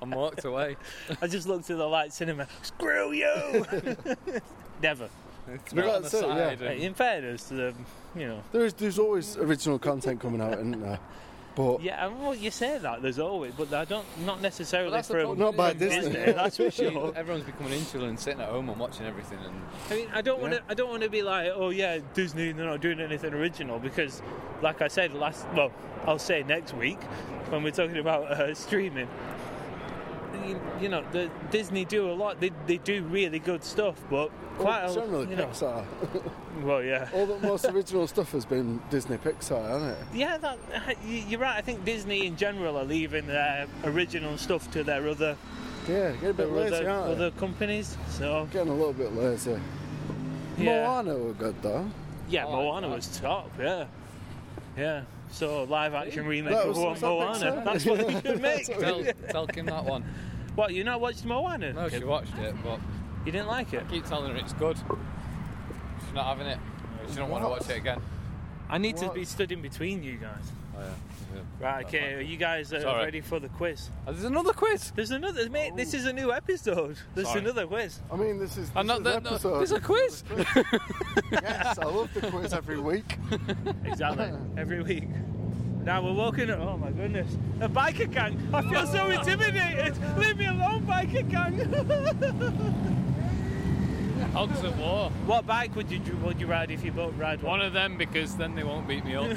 S10: and walked away.
S1: I just looked at the light cinema. Screw you! Never.
S10: Threw it on the
S2: that's it, yeah.
S10: side
S1: Right,
S10: and-
S1: in fairness to them, you know.
S2: There's there's always original content coming out, isn't there? But
S1: Yeah, and well, you say that there's always, but I don't not necessarily
S10: Well, that's the
S1: for
S10: problem,
S2: Not by
S10: isn't it?
S2: Disney.
S1: Disney. That's for sure.
S10: Everyone's becoming insular and sitting at home and watching everything. And
S1: I mean, I don't want to. I don't want to be like, oh yeah, Disney. They're not doing anything original because, like I said last, well, I'll say next week when we're talking about uh, streaming. You, you know, the Disney do a lot. They, they do really good stuff, but quite
S2: well,
S1: a
S2: generally
S1: you know,
S2: Pixar.
S1: Well, yeah,
S2: All the most original stuff has been Disney Pixar, hasn't it?
S1: yeah. That, you- you're right. I think Disney in general are leaving their original stuff to their other
S2: Yeah, get a bit
S1: their
S2: lazy,
S1: other,
S2: aren't they?
S1: other companies. So
S2: Getting a little bit lazy.
S1: yeah,
S2: Moana were good though.
S1: yeah,
S10: Oh,
S1: Moana
S10: God.
S1: was top. Yeah, yeah. So live action remake
S2: That
S1: of
S2: was-
S1: Mo-
S2: was that
S1: Moana.
S2: Pixar?
S1: That's what they should make.
S10: tell, tell Kim that one.
S1: What you not watched Moana?
S10: No, she watched it, but
S1: You didn't like it.
S10: keep telling her it's good. She's not having it. She don't want to watch it again.
S1: I need to
S2: What?
S1: be stood in between you guys.
S10: Oh, yeah. yeah.
S1: Right, okay. Are you guys uh,
S10: all right.
S1: ready for the quiz?
S10: Oh, there's another quiz.
S1: There's another mate. This is a new episode. There's
S10: Sorry.
S1: another quiz.
S2: I mean, this is.
S10: I'm
S2: this
S10: not,
S2: is
S10: no,
S2: an
S10: no,
S2: episode.
S10: there's a quiz.
S2: yes, I love the quiz every week.
S1: Exactly. Every week. Now we're walking. Oh my goodness. A biker gang. I feel so intimidated. Leave me alone, biker gang.
S10: Hogs of War.
S1: what bike would you would you ride if you both ride one?
S10: One of them because then they won't beat me up.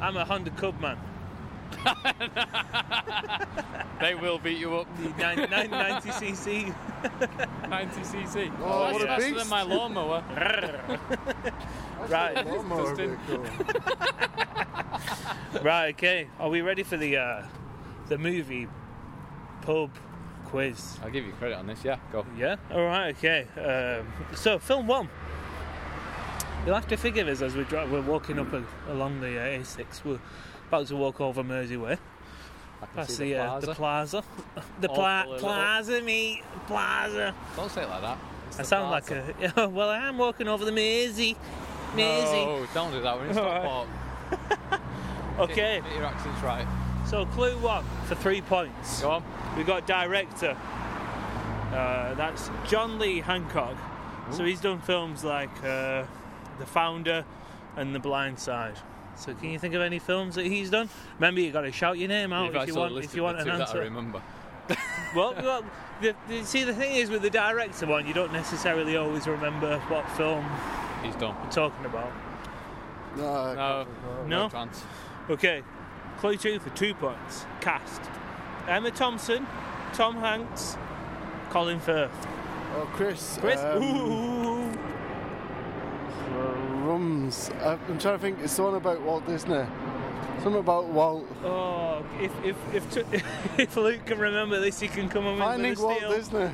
S1: I'm a Honda Cub man.
S10: they will beat you up.
S1: The 9- 990cc.
S10: 90cc.
S2: Oh,
S10: That's
S2: what a
S10: faster than
S2: beast.
S10: my lawnmower.
S1: Right.
S2: Moana would be cool.
S1: Right, okay. Are we ready for the uh, the movie pub quiz?
S10: I'll give you credit on this. Yeah, go.
S1: Yeah. All right. Okay. Um, so, film one. You'll have to forgive us as we drive. We're walking up a, along the uh, A6. We're about to walk over Mersey Way.
S10: I can
S1: Past
S10: see the
S1: the, uh, the
S10: plaza.
S1: plaza. The
S10: Awful
S1: pla-
S10: little-
S1: plaza, mate. Plaza.
S10: Don't say it like that. It's
S1: I
S10: the
S1: sound
S10: plaza.
S1: like a. well, I am walking over the Mersey. Mersey.
S10: No, Oh, don't do that. We're in Stockport.
S1: Okay.
S10: Get your accents right.
S1: So, clue one for three points.
S10: Go on.
S1: We got director. Uh, that's John Lee Hancock. So he's done films like uh, The Founder and The Blind Side. So can you think of any films that he's done? Remember, you got to shout your name out
S10: You've
S1: if
S10: actually
S1: you want. If
S10: listed
S1: you want
S10: the
S1: an
S10: two that I
S1: answer.
S10: remember.
S1: Well, well the, the, see, the thing is with the director one, you don't necessarily always remember what film
S10: He's done.
S1: we're talking about.
S2: No, I
S10: Oh, No.
S1: No?
S10: chance.
S1: Okay, clue two for two points. Cast: Emma Thompson, Tom Hanks, Colin Firth.
S2: can't- Oh, Chris.
S1: Chris.
S2: um,
S1: Ooh.
S2: Rums. I- I'm trying to think. It's something about Walt Disney. Something about Walt.
S1: Oh, if if if, t- if Luke can remember this, he can come and win
S2: Finding
S1: with a
S2: Walt
S1: steal.
S2: Disney.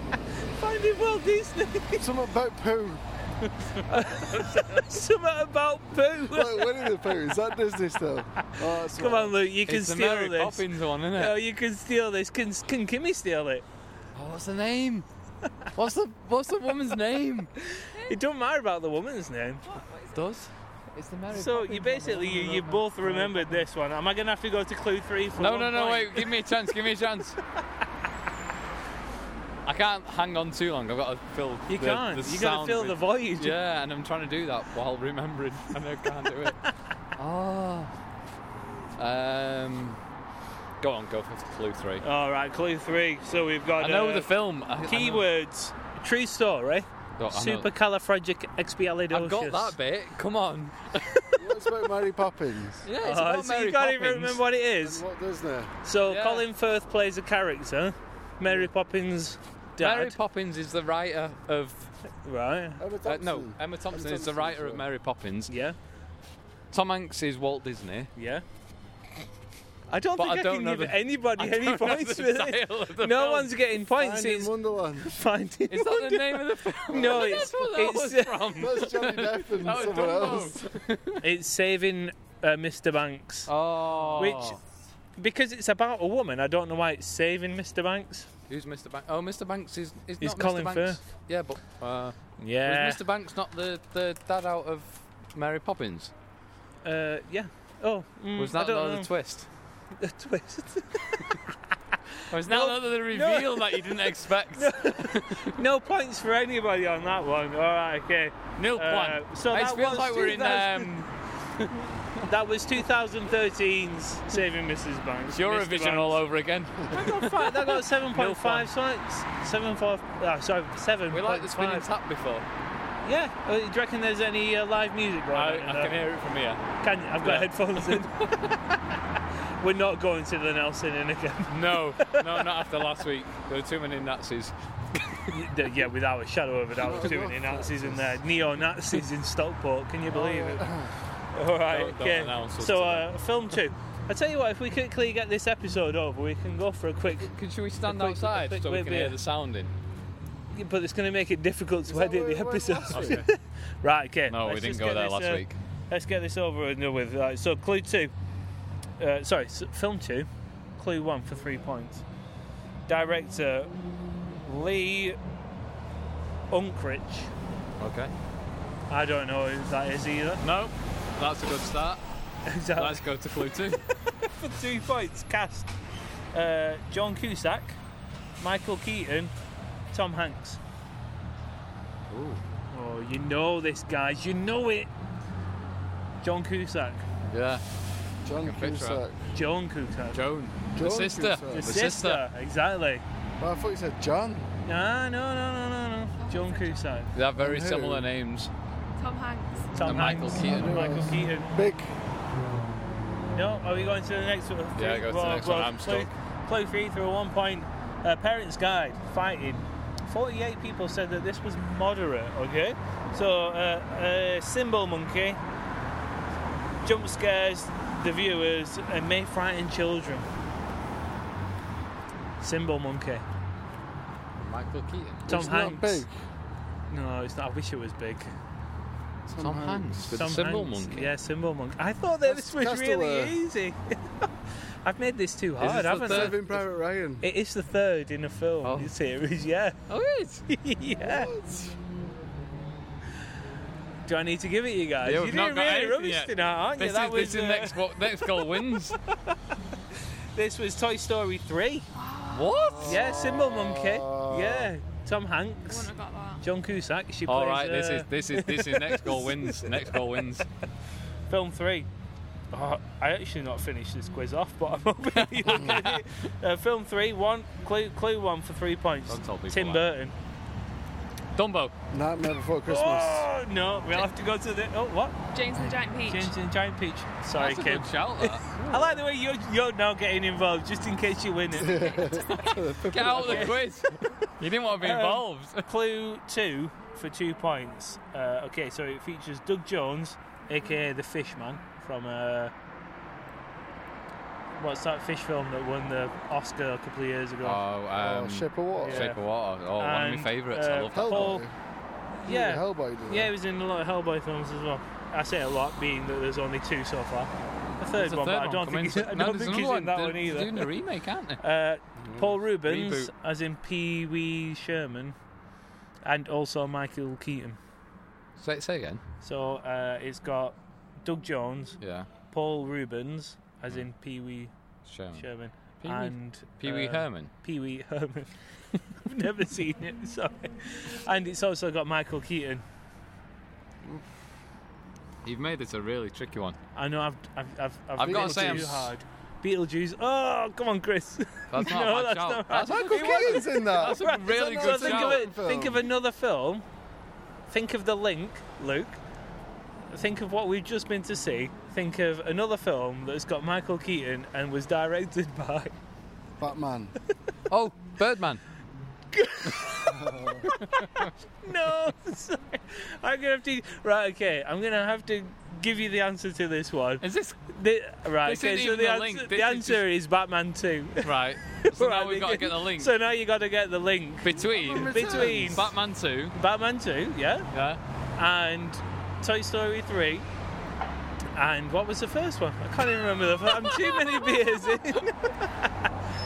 S1: Finding Walt Disney.
S2: Something about poo.
S1: Something about poo.
S2: Like Winnie the Pooh. Is that Disney still? Oh, that's
S1: come
S2: right.
S1: on, Luke, you can
S10: it's the
S1: steal
S10: Mary
S1: this.
S10: Poppins one, isn't
S1: No,
S10: it?
S1: you can steal this. Can can Kimmy steal it?
S10: Oh, what's the name? What's the what's the woman's name?
S1: It don't matter about the woman's name.
S10: Does? It's the Mary
S1: So
S10: Poppins
S1: you basically you, you both remembered this one. Am I gonna have to go to clue three for
S10: No,
S1: one
S10: no, no,
S1: point?
S10: wait. Give me a chance. Give me a chance. I can't hang on too long. I've got to fill.
S1: You
S10: the,
S1: can't.
S10: The
S1: you gotta
S10: sound
S1: fill
S10: with-
S1: the void.
S10: Yeah, and I'm trying to do that while remembering, and I can't do it. Ah. Uh, Go on, go for clue three.
S1: All right, clue three. So we've got.
S10: I know
S1: uh,
S10: the film. I- I know-
S1: Keywords: true story,
S10: Oh, I know.
S1: supercalifragilisticexpialidocious.
S10: I've got that bit. Come on.
S2: What's about Mary Poppins?
S10: Yeah,
S1: Oh,
S10: it's about
S1: so
S10: Mary
S1: you can't
S10: Poppins.
S1: even remember what it is.
S2: What does there?
S1: So
S10: Yeah.
S1: Colin Firth plays a character, Mary Poppins' dad.
S10: Mary Poppins is the writer of
S1: right.
S2: Emma
S10: uh, no
S2: Thompson.
S10: Emma Thompson
S2: Emma
S10: is the
S2: Thompson's
S10: writer of
S2: right.
S10: Mary Poppins.
S1: Yeah.
S10: Tom Hanks is Walt Disney.
S1: Yeah. I don't
S10: But
S1: think
S10: I
S1: I,
S10: don't
S1: can
S10: know
S1: give
S10: the-
S1: anybody
S10: I
S1: any
S10: don't know
S1: points
S10: the
S1: with this.
S10: title of the
S1: No
S10: film.
S1: one's getting points.
S2: Find in
S1: It's
S2: Wonderland.
S1: finding.
S10: Is that the name of the film?
S1: No, it's
S10: That was
S1: it's,
S10: from.
S2: That's Johnny Depp and
S1: Oh,
S10: That was
S2: someone
S10: Dumbo.
S2: else.
S1: it's saving uh, Mr. Banks,
S10: Oh.
S1: which because it's about a woman, I don't know why it's saving Mr. Banks.
S10: Who's Mr. Banks? Oh, Mr. Banks is is
S1: He's
S10: not
S1: Colin
S10: Mr. Banks. Yeah, but uh,
S1: Yeah.
S10: was Mr. Banks not the, the dad out of Mary Poppins?
S1: Uh, yeah. Oh, mm,
S10: Was
S1: I
S10: that
S1: don't
S10: another
S1: know.
S10: twist?
S1: A twist?
S10: Was
S1: No,
S10: that another
S1: no.
S10: reveal that you didn't expect?
S1: no points for anybody on that one. All right, okay.
S10: Nil
S1: Uh,
S10: one.
S1: so
S10: I
S1: that
S10: feel
S1: was
S10: like we're in
S1: 2000.
S10: um,
S1: That was 2013's Saving Mrs. Banks. Mr.
S10: Eurovision all over again.
S1: Banks. That got, five, that got 7.5
S10: fun.
S1: sites. 7, 5, ah, sorry, 7.
S10: We like the spinning tap before.
S1: Yeah. Uh, Do you reckon there's any uh, live music going
S10: I,
S1: on? in
S10: I
S1: there?
S10: can hear it from here.
S1: Can you? I've got
S10: Yeah.
S1: headphones in. We're not going to the Nelson Inn again.
S10: No, no, not after last week. There were too many Nazis.
S1: yeah, without a shadow of a doubt, there's too many Nazis in there. Neo Nazis in Stockport. Can you believe it? All right.
S10: Don't- don't
S1: okay.
S10: announce us
S1: so,
S10: to
S1: uh, film two. I tell you what, if we quickly get this episode over, we can go for a quick.
S10: Could, should we stand
S1: A quick-
S10: outside
S1: a quick
S10: so we
S1: wave
S10: can hear
S1: beer.
S10: the sounding?
S1: But it's going to make it difficult to edit the episode.
S10: Okay.
S1: right. Okay.
S10: No, we
S1: let's
S10: didn't
S1: just
S10: go
S1: get
S10: there
S1: this,
S10: last
S1: uh,
S10: week.
S1: Let's get this over and done with. Right, so, clue two. Uh, sorry, s- film two. Clue one for three points. Director Lee Unkrich.
S10: Okay.
S1: I don't know who that is either.
S10: No, that's a good start.
S1: Exactly.
S10: Let's go to clue two.
S1: for two points. Cast uh, John Cusack, Michael Keaton, Tom Hanks. Oh, you know this, guys. You know it. John Cusack.
S10: yeah,
S2: John
S10: can picture her.
S2: Cusack.
S1: John Cusack.
S10: Joan,
S2: Joan
S10: the sister,
S2: Cusack. The
S10: the sister.
S1: Exactly. Ah,
S2: Well, I thought you said John.
S1: No, no, no, no, no, no. John Cusack.
S10: They have very
S2: And who?
S10: similar names.
S4: Tom Hanks.
S1: Tom
S10: And
S1: Hanks.
S10: Michael Keaton.
S1: Michael Keaton.
S2: Big.
S1: No, are we going to the next one?
S10: Yeah, go to the
S1: Well,
S10: next one.
S1: well,
S10: I'm
S1: clue- Clue three through a one point. Uh, Parents' Guide, fighting. 48 people said that this was moderate, okay? So, uh, uh, Symbol Monkey, jump scares the viewers and may frighten children. Symbol Monkey.
S10: Michael Keaton.
S1: Tom
S2: it's
S1: Hanks.
S2: Not big.
S1: No, it's not. I wish it was big.
S10: Tom, Hanks. with
S1: Tom
S10: the symbol
S1: Hanks.
S10: monkey.
S1: Yeah, Symbol Monkey. I thought that
S2: That's
S1: this was
S2: Castaway.
S1: really easy. I've made this too
S10: this
S1: hard,
S10: the
S1: haven't I?
S10: third
S2: Saving Private Ryan.
S1: It is the third in a film
S10: Oh.
S1: series, yeah.
S10: Oh, it's.
S1: yeah. Do I need to give it you guys?
S10: Yeah,
S1: You're
S10: we've
S1: doing
S10: not got
S1: really
S10: anything
S1: rubbish
S10: yet.
S1: tonight, aren't
S10: This
S1: you? That
S10: is this
S1: was,
S10: is
S1: uh,
S10: next what next goal wins.
S1: this was Toy Story 3.
S10: what? Oh.
S1: Yeah, Symbol Monkey. Yeah. Tom Hanks.
S4: Wouldn't have got that.
S1: John Cusack. She
S10: All
S1: plays,
S10: right, this
S1: uh,
S10: is this is this is next goal wins. Next goal wins.
S1: film 3. Oh, I actually not finished this quiz off, but I'm hoping you look at it. Uh, film 3, one, clue, clue 1 for 3 points.
S10: Don't tell people
S1: Tim
S10: that.
S1: Burton.
S10: Dumbo.
S2: Nightmare Before Christmas.
S1: Oh, no, we'll have to go to the. Oh, what?
S4: James and the Giant Peach.
S1: James and the Giant Peach. Sorry,
S10: That's a
S1: Kim.
S10: good shout. That.
S1: I like the way you're, you're now getting involved, just in case you win it.
S10: Get out of the quiz. You didn't want to be
S1: Um,
S10: involved.
S1: Clue two for two points. Uh, okay, so it features Doug Jones, aka the Fishman from uh, what's that fish film that won the Oscar a couple of years ago?
S10: Oh, um,
S2: Oh, Shape of Water.
S1: yeah.
S10: Shape of Water. Oh, one of
S1: And,
S10: my favourites. I
S1: uh,
S10: love that.
S2: Hellboy.
S1: Paul- yeah,
S2: Yeah, Hellboy did
S1: yeah, he
S2: that.
S1: was in a lot of Hellboy films as well. I say a lot, being that there's only two so far. A third
S10: There's a
S1: one, but I
S10: third
S1: don't
S10: coming
S1: think he's,
S10: to-
S1: I
S10: no,
S1: don't
S10: there's
S1: think he's
S10: another
S1: in that
S10: They're
S1: one either.
S10: doing a remake, aren't they?
S1: Uh, Paul Rubens,
S10: Mm, Reboot.
S1: as in Pee Wee Sherman, and also Michael Keaton.
S10: Say, say again.
S1: So uh, it's got Doug Jones,
S10: Yeah.
S1: Paul Rubens, as in Pee Wee
S10: Sherman.
S1: Sherman,
S10: Pee-wee-
S1: and
S10: Pee Wee
S1: uh,
S10: Herman.
S1: Pee Wee Herman. I've never seen it. Sorry. And it's also got Michael Keaton.
S10: You've made this a really tricky one.
S1: I know I've I've I've, I've
S10: I've
S1: made
S10: gotta
S1: it
S10: say I'm
S1: too
S10: s-
S1: hard. Beetlejuice. Oh, come on, Chris.
S3: That's not
S1: No,
S3: my
S1: that's
S3: shout.
S1: not
S3: That's
S1: right.
S3: a
S6: Michael
S3: good one.
S6: Caine's in that.
S3: That's a really
S1: So
S3: good
S1: think
S3: shout.
S1: of it.
S6: film.
S1: Think of another film. Think of the link, Luke. Think of what we've just been to see. Think of another film that's got Michael Keaton and was directed by.
S2: Batman.
S3: Oh, Birdman.
S1: No, sorry. I'm gonna have to. Right, okay. I'm gonna have to give you the answer to this one.
S10: Is this
S1: The- right,
S10: This
S1: okay.
S10: isn't
S1: So
S10: even
S1: the
S10: a
S1: answer,
S10: link.
S1: the
S10: This is
S1: answer is Batman Two.
S10: right? So
S1: Right,
S10: now we've got to
S1: okay.
S10: get the link
S1: So now you got to get the link
S10: between
S1: between Bat-
S10: Batman Two,
S1: Batman Two, yeah,
S10: yeah,
S1: and Toy Story Three. And what was the first one? I can't even remember the. First. I'm too many beers in.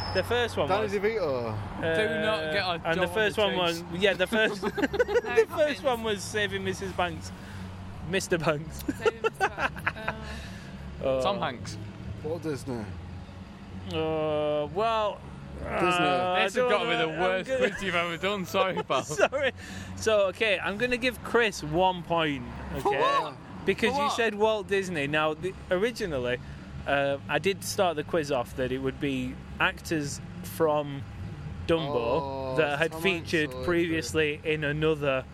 S1: the first one
S2: Danny
S1: was.
S2: DeVito.
S10: Do not
S1: uh,
S10: get a
S1: And the
S10: job on
S1: first
S10: the
S1: one
S10: chase.
S1: was yeah. The first
S4: The
S1: first one was saving Mrs. Banks, Mr. Banks.
S10: Tom Hanks.
S2: Walt Disney.
S1: Uh, well, uh,
S10: This has
S1: I
S10: got
S1: don't
S10: to be
S1: know,
S10: the
S1: I'm
S10: worst
S1: gonna-
S10: quiz you've ever done. Sorry, pal.
S1: Sorry. So okay, I'm gonna give Chris one point. Okay.
S2: what?
S1: Because
S10: For
S1: you
S10: what?
S1: said Walt Disney. Now, the, originally, uh, I did start the quiz off that it would be actors from Dumbo
S2: Oh,
S1: that had
S2: Tom Hanks
S1: featured
S2: or-
S1: previously in another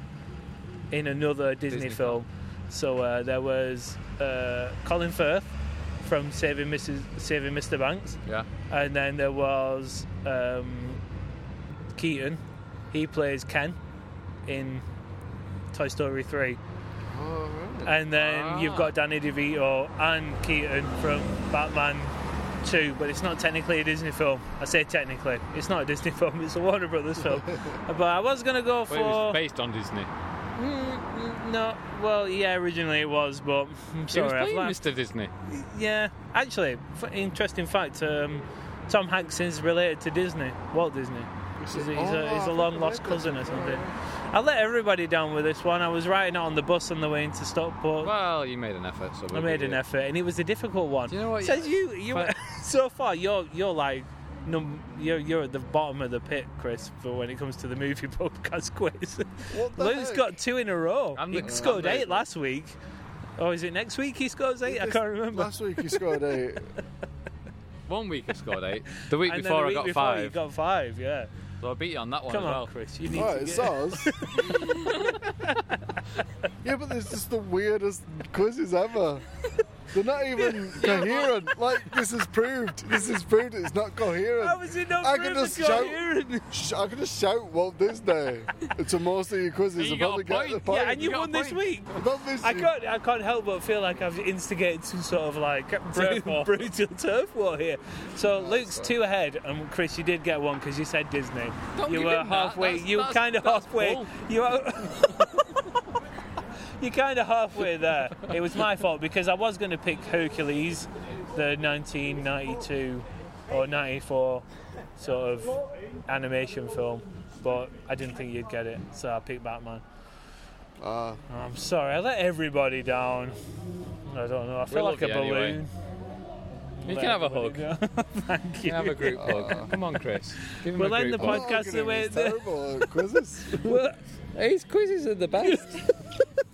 S1: in another Disney,
S3: Disney
S1: film. So uh, there was uh, Colin Firth from Saving Mrs. Saving Mr. Banks
S3: Yeah.
S1: and then there was um, Keaton. He plays Ken in Toy Story 3. And then
S10: Ah.
S1: you've got Danny DeVito and Keaton from Batman 2, but it's not technically a Disney film. I say technically, it's not a Disney film, it's a Warner Brothers film. but I was going to go for. Mm,
S10: Well, it was based on Disney.
S1: no, well, yeah, originally it was, but I'm
S10: He was
S1: sorry. I've
S10: playing
S1: laughed.
S10: Mr. Disney.
S1: Yeah, actually, f- interesting fact. Um, Tom Hanks is related to Disney, Walt Disney. He's a, he's a, he's a long lost cousin or something. I let everybody down with this one. I was writing it on the bus on the way into Stockport.
S3: Well, you made an effort. So
S1: I
S3: we'll
S1: made
S3: give
S1: an
S3: you-
S1: effort, and it was a difficult one.
S3: Do you know what-
S1: Says you, you
S3: But-
S1: so far you're you're like. Num- you're, you're at the bottom of the pit, Chris, for when it comes to the movie podcast quiz.
S2: What the
S1: Luke's
S2: heck?
S1: got two in a row.
S10: I'm
S1: he
S10: the-
S1: scored
S10: I'm the-
S1: eight last week. Or is it next week he scores eight? I
S2: This-
S1: can't remember.
S2: Last week he scored eight.
S3: One week I scored eight. The week
S1: And then
S3: before
S1: the week
S3: I got
S1: before You
S3: five.
S1: got five, yeah.
S3: So I beat you on that one
S1: Come
S3: as
S1: on,
S3: well.
S1: Chris. You need
S2: oh,
S1: to
S2: it's
S1: get...
S2: ours. yeah, but it's just the weirdest quizzes ever. They're not even coherent. Like this is proved. This is proved. It's not coherent.
S1: How is it not
S2: I
S1: I
S2: can just shout.
S1: coherent?
S2: Sh- I can just shout Walt Disney to most of your quizzes
S10: You
S2: and
S10: got
S2: probably
S10: a
S2: get
S10: point.
S2: the point.
S1: Yeah, and you,
S10: You got
S1: won
S10: a
S1: this
S10: point.
S1: week.
S2: Not this
S1: I
S2: year.
S1: can't. I can't help but feel like I've instigated some sort of like bru- brutal turf war here. Oh, So Luke's two ahead, and Chris, you did get one because you said Disney.
S10: Don't
S1: you
S10: give
S1: were
S10: him that.
S1: halfway.
S10: That's-
S1: you were
S10: that's-
S1: kind of
S10: that's
S1: halfway.
S10: bull.
S1: You. Are... You're kind of halfway there. It was my fault because I was going to pick Hercules, the 1992 or 94 sort of animation film, but I didn't think you'd get it, so I picked Batman.
S2: Ah.
S1: I'm sorry, I let everybody down. I don't know. I feel
S10: love
S1: like a
S10: you
S1: balloon.
S10: anyway. You
S1: Let
S10: can have a hug.
S1: everybody
S10: You
S1: down. Thank you.
S10: can have a group hug. Come on, Chris. Give him
S1: Oh. We'll
S10: a
S1: end
S10: group
S1: the
S10: hug.
S1: podcast the way
S2: It's
S1: the-
S2: terrible at quizzes.
S1: Well,
S3: These quizzes are the best.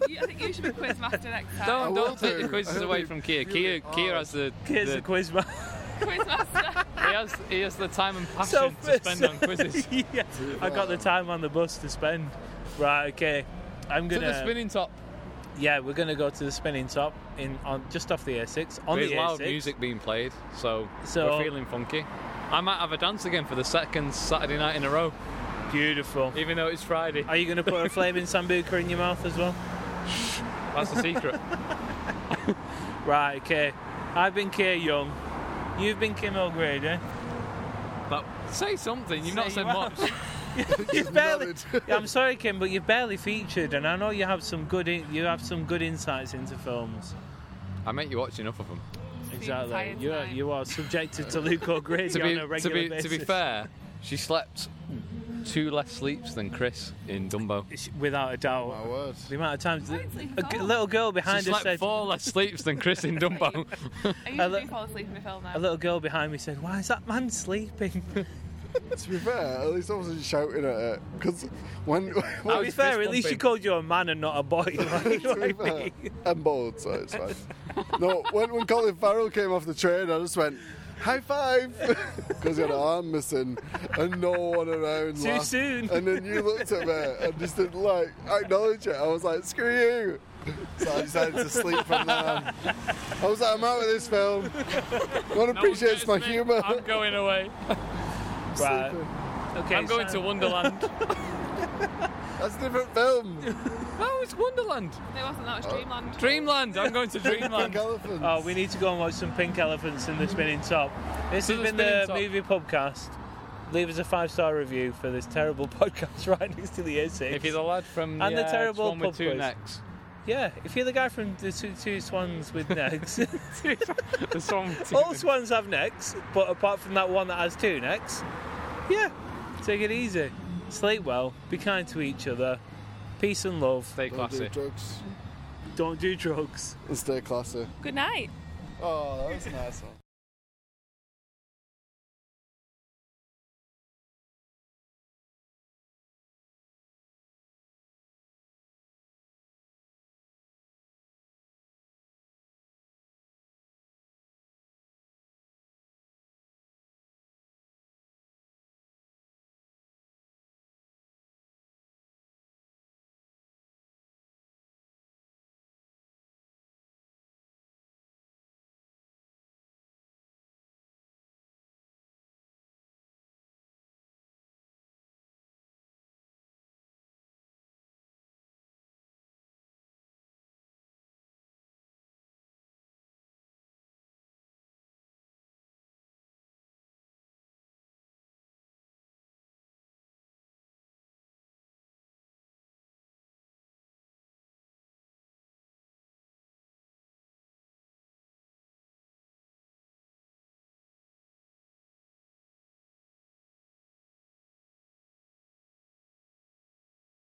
S4: You, I think you should be quiz master next time.
S10: Don't,
S2: will
S10: don't take the
S2: do.
S10: quizzes
S2: I
S10: away
S2: will
S10: from Kia. Kia,
S1: Oh.
S10: Kia has the,
S1: here's
S10: the-
S1: the quiz man.
S4: Quiz master.
S10: he has he has the time and
S1: So-
S10: passion to spend on quizzes.
S1: yeah, I got the time on the bus to spend. Right, okay. I'm
S10: to
S1: gonna.
S10: the spinning top.
S1: Yeah, we're gonna go to the spinning top in on just off the A6 on
S10: There's
S1: the
S10: loud
S1: A6.
S10: music being played, so,
S1: So-
S10: we're feeling funky. I might have a dance again for the second Saturday night in a row,
S1: Beautiful.
S10: even though it's Friday.
S1: Are you gonna put a flaming sambuca in your mouth as well?
S10: That's the secret.
S1: Right, okay. I've been Kay Young. You've been Kim O'Grady.
S10: But say something. You've not
S1: Say
S10: said
S1: well.
S10: much.
S1: You've barely.
S2: Nodded.
S1: Yeah, I'm sorry, Kim, but you've barely featured, and I know you have some good. In, you have some good insights into films.
S3: I make you watch enough of them.
S1: Exactly.
S4: entire
S1: You are,
S4: time.
S1: you are subjected to Luke O'Grady
S3: To
S1: on a
S3: be, to,
S1: regular
S3: be,
S1: basis.
S3: to be fair, she slept two less sleeps than Chris in Dumbo.
S1: without a doubt.
S2: My word.
S1: The amount of times that-
S4: Honestly,
S1: a g-
S4: God.
S1: little girl
S3: She
S1: behind us
S3: slept
S1: said,
S3: four less sleeps than Chris in Dumbo.
S4: I
S1: I lo-
S4: usually do fall asleep in the film now.
S1: a little girl behind me said, "Why is that man sleeping?"
S2: to be fair, at least I wasn't shouting at it. Because when.
S1: To be fair, at least you called you a man and not a boy. Like,
S2: to be
S1: like
S2: fair,
S1: me.
S2: I'm bald, so it's fine. No, when, when Colin Farrell came off the train, I just went, high five! Because he had an arm missing and no one around.
S1: Too
S2: laughed.
S1: soon.
S2: And then you looked at me and just didn't like acknowledge it. I was like, screw you! So I decided to sleep from then on. I was like, I'm out of this film. No one appreciates my humour.
S11: I'm going away.
S1: right.
S2: Sleeping.
S1: Okay.
S11: I'm going to
S1: so-
S11: Wonderland.
S2: That's a different film.
S3: No, it's Wonderland.
S4: No, it wasn't that. It
S1: Uh,
S4: was Dreamland.
S11: Dreamland. I'm going to
S2: Pink
S11: Dreamland.
S2: elephants.
S1: Oh, we need to go and watch some pink elephants in the spinning top. This
S11: To
S1: has
S11: the
S1: been the
S11: Spinning Top.
S1: movie podcast. Leave us a five star review for this terrible podcast right next to the A6.
S11: If you're the lad from
S1: And the
S11: uh,
S1: terrible
S11: Swan with
S1: pub
S11: two
S1: quiz.
S11: necks,
S1: yeah, if you're the guy from the two, two swans with necks,
S11: the Swan with two
S1: all
S11: necks.
S1: swans have necks, but apart from that one that has two necks, yeah, take it easy. Sleep well, be kind to each other, peace and love.
S11: Stay
S2: Don't do
S11: classy.
S2: drugs
S1: Don't do drugs.
S2: and stay classy.
S4: Good night.
S2: Oh, that was a nice one.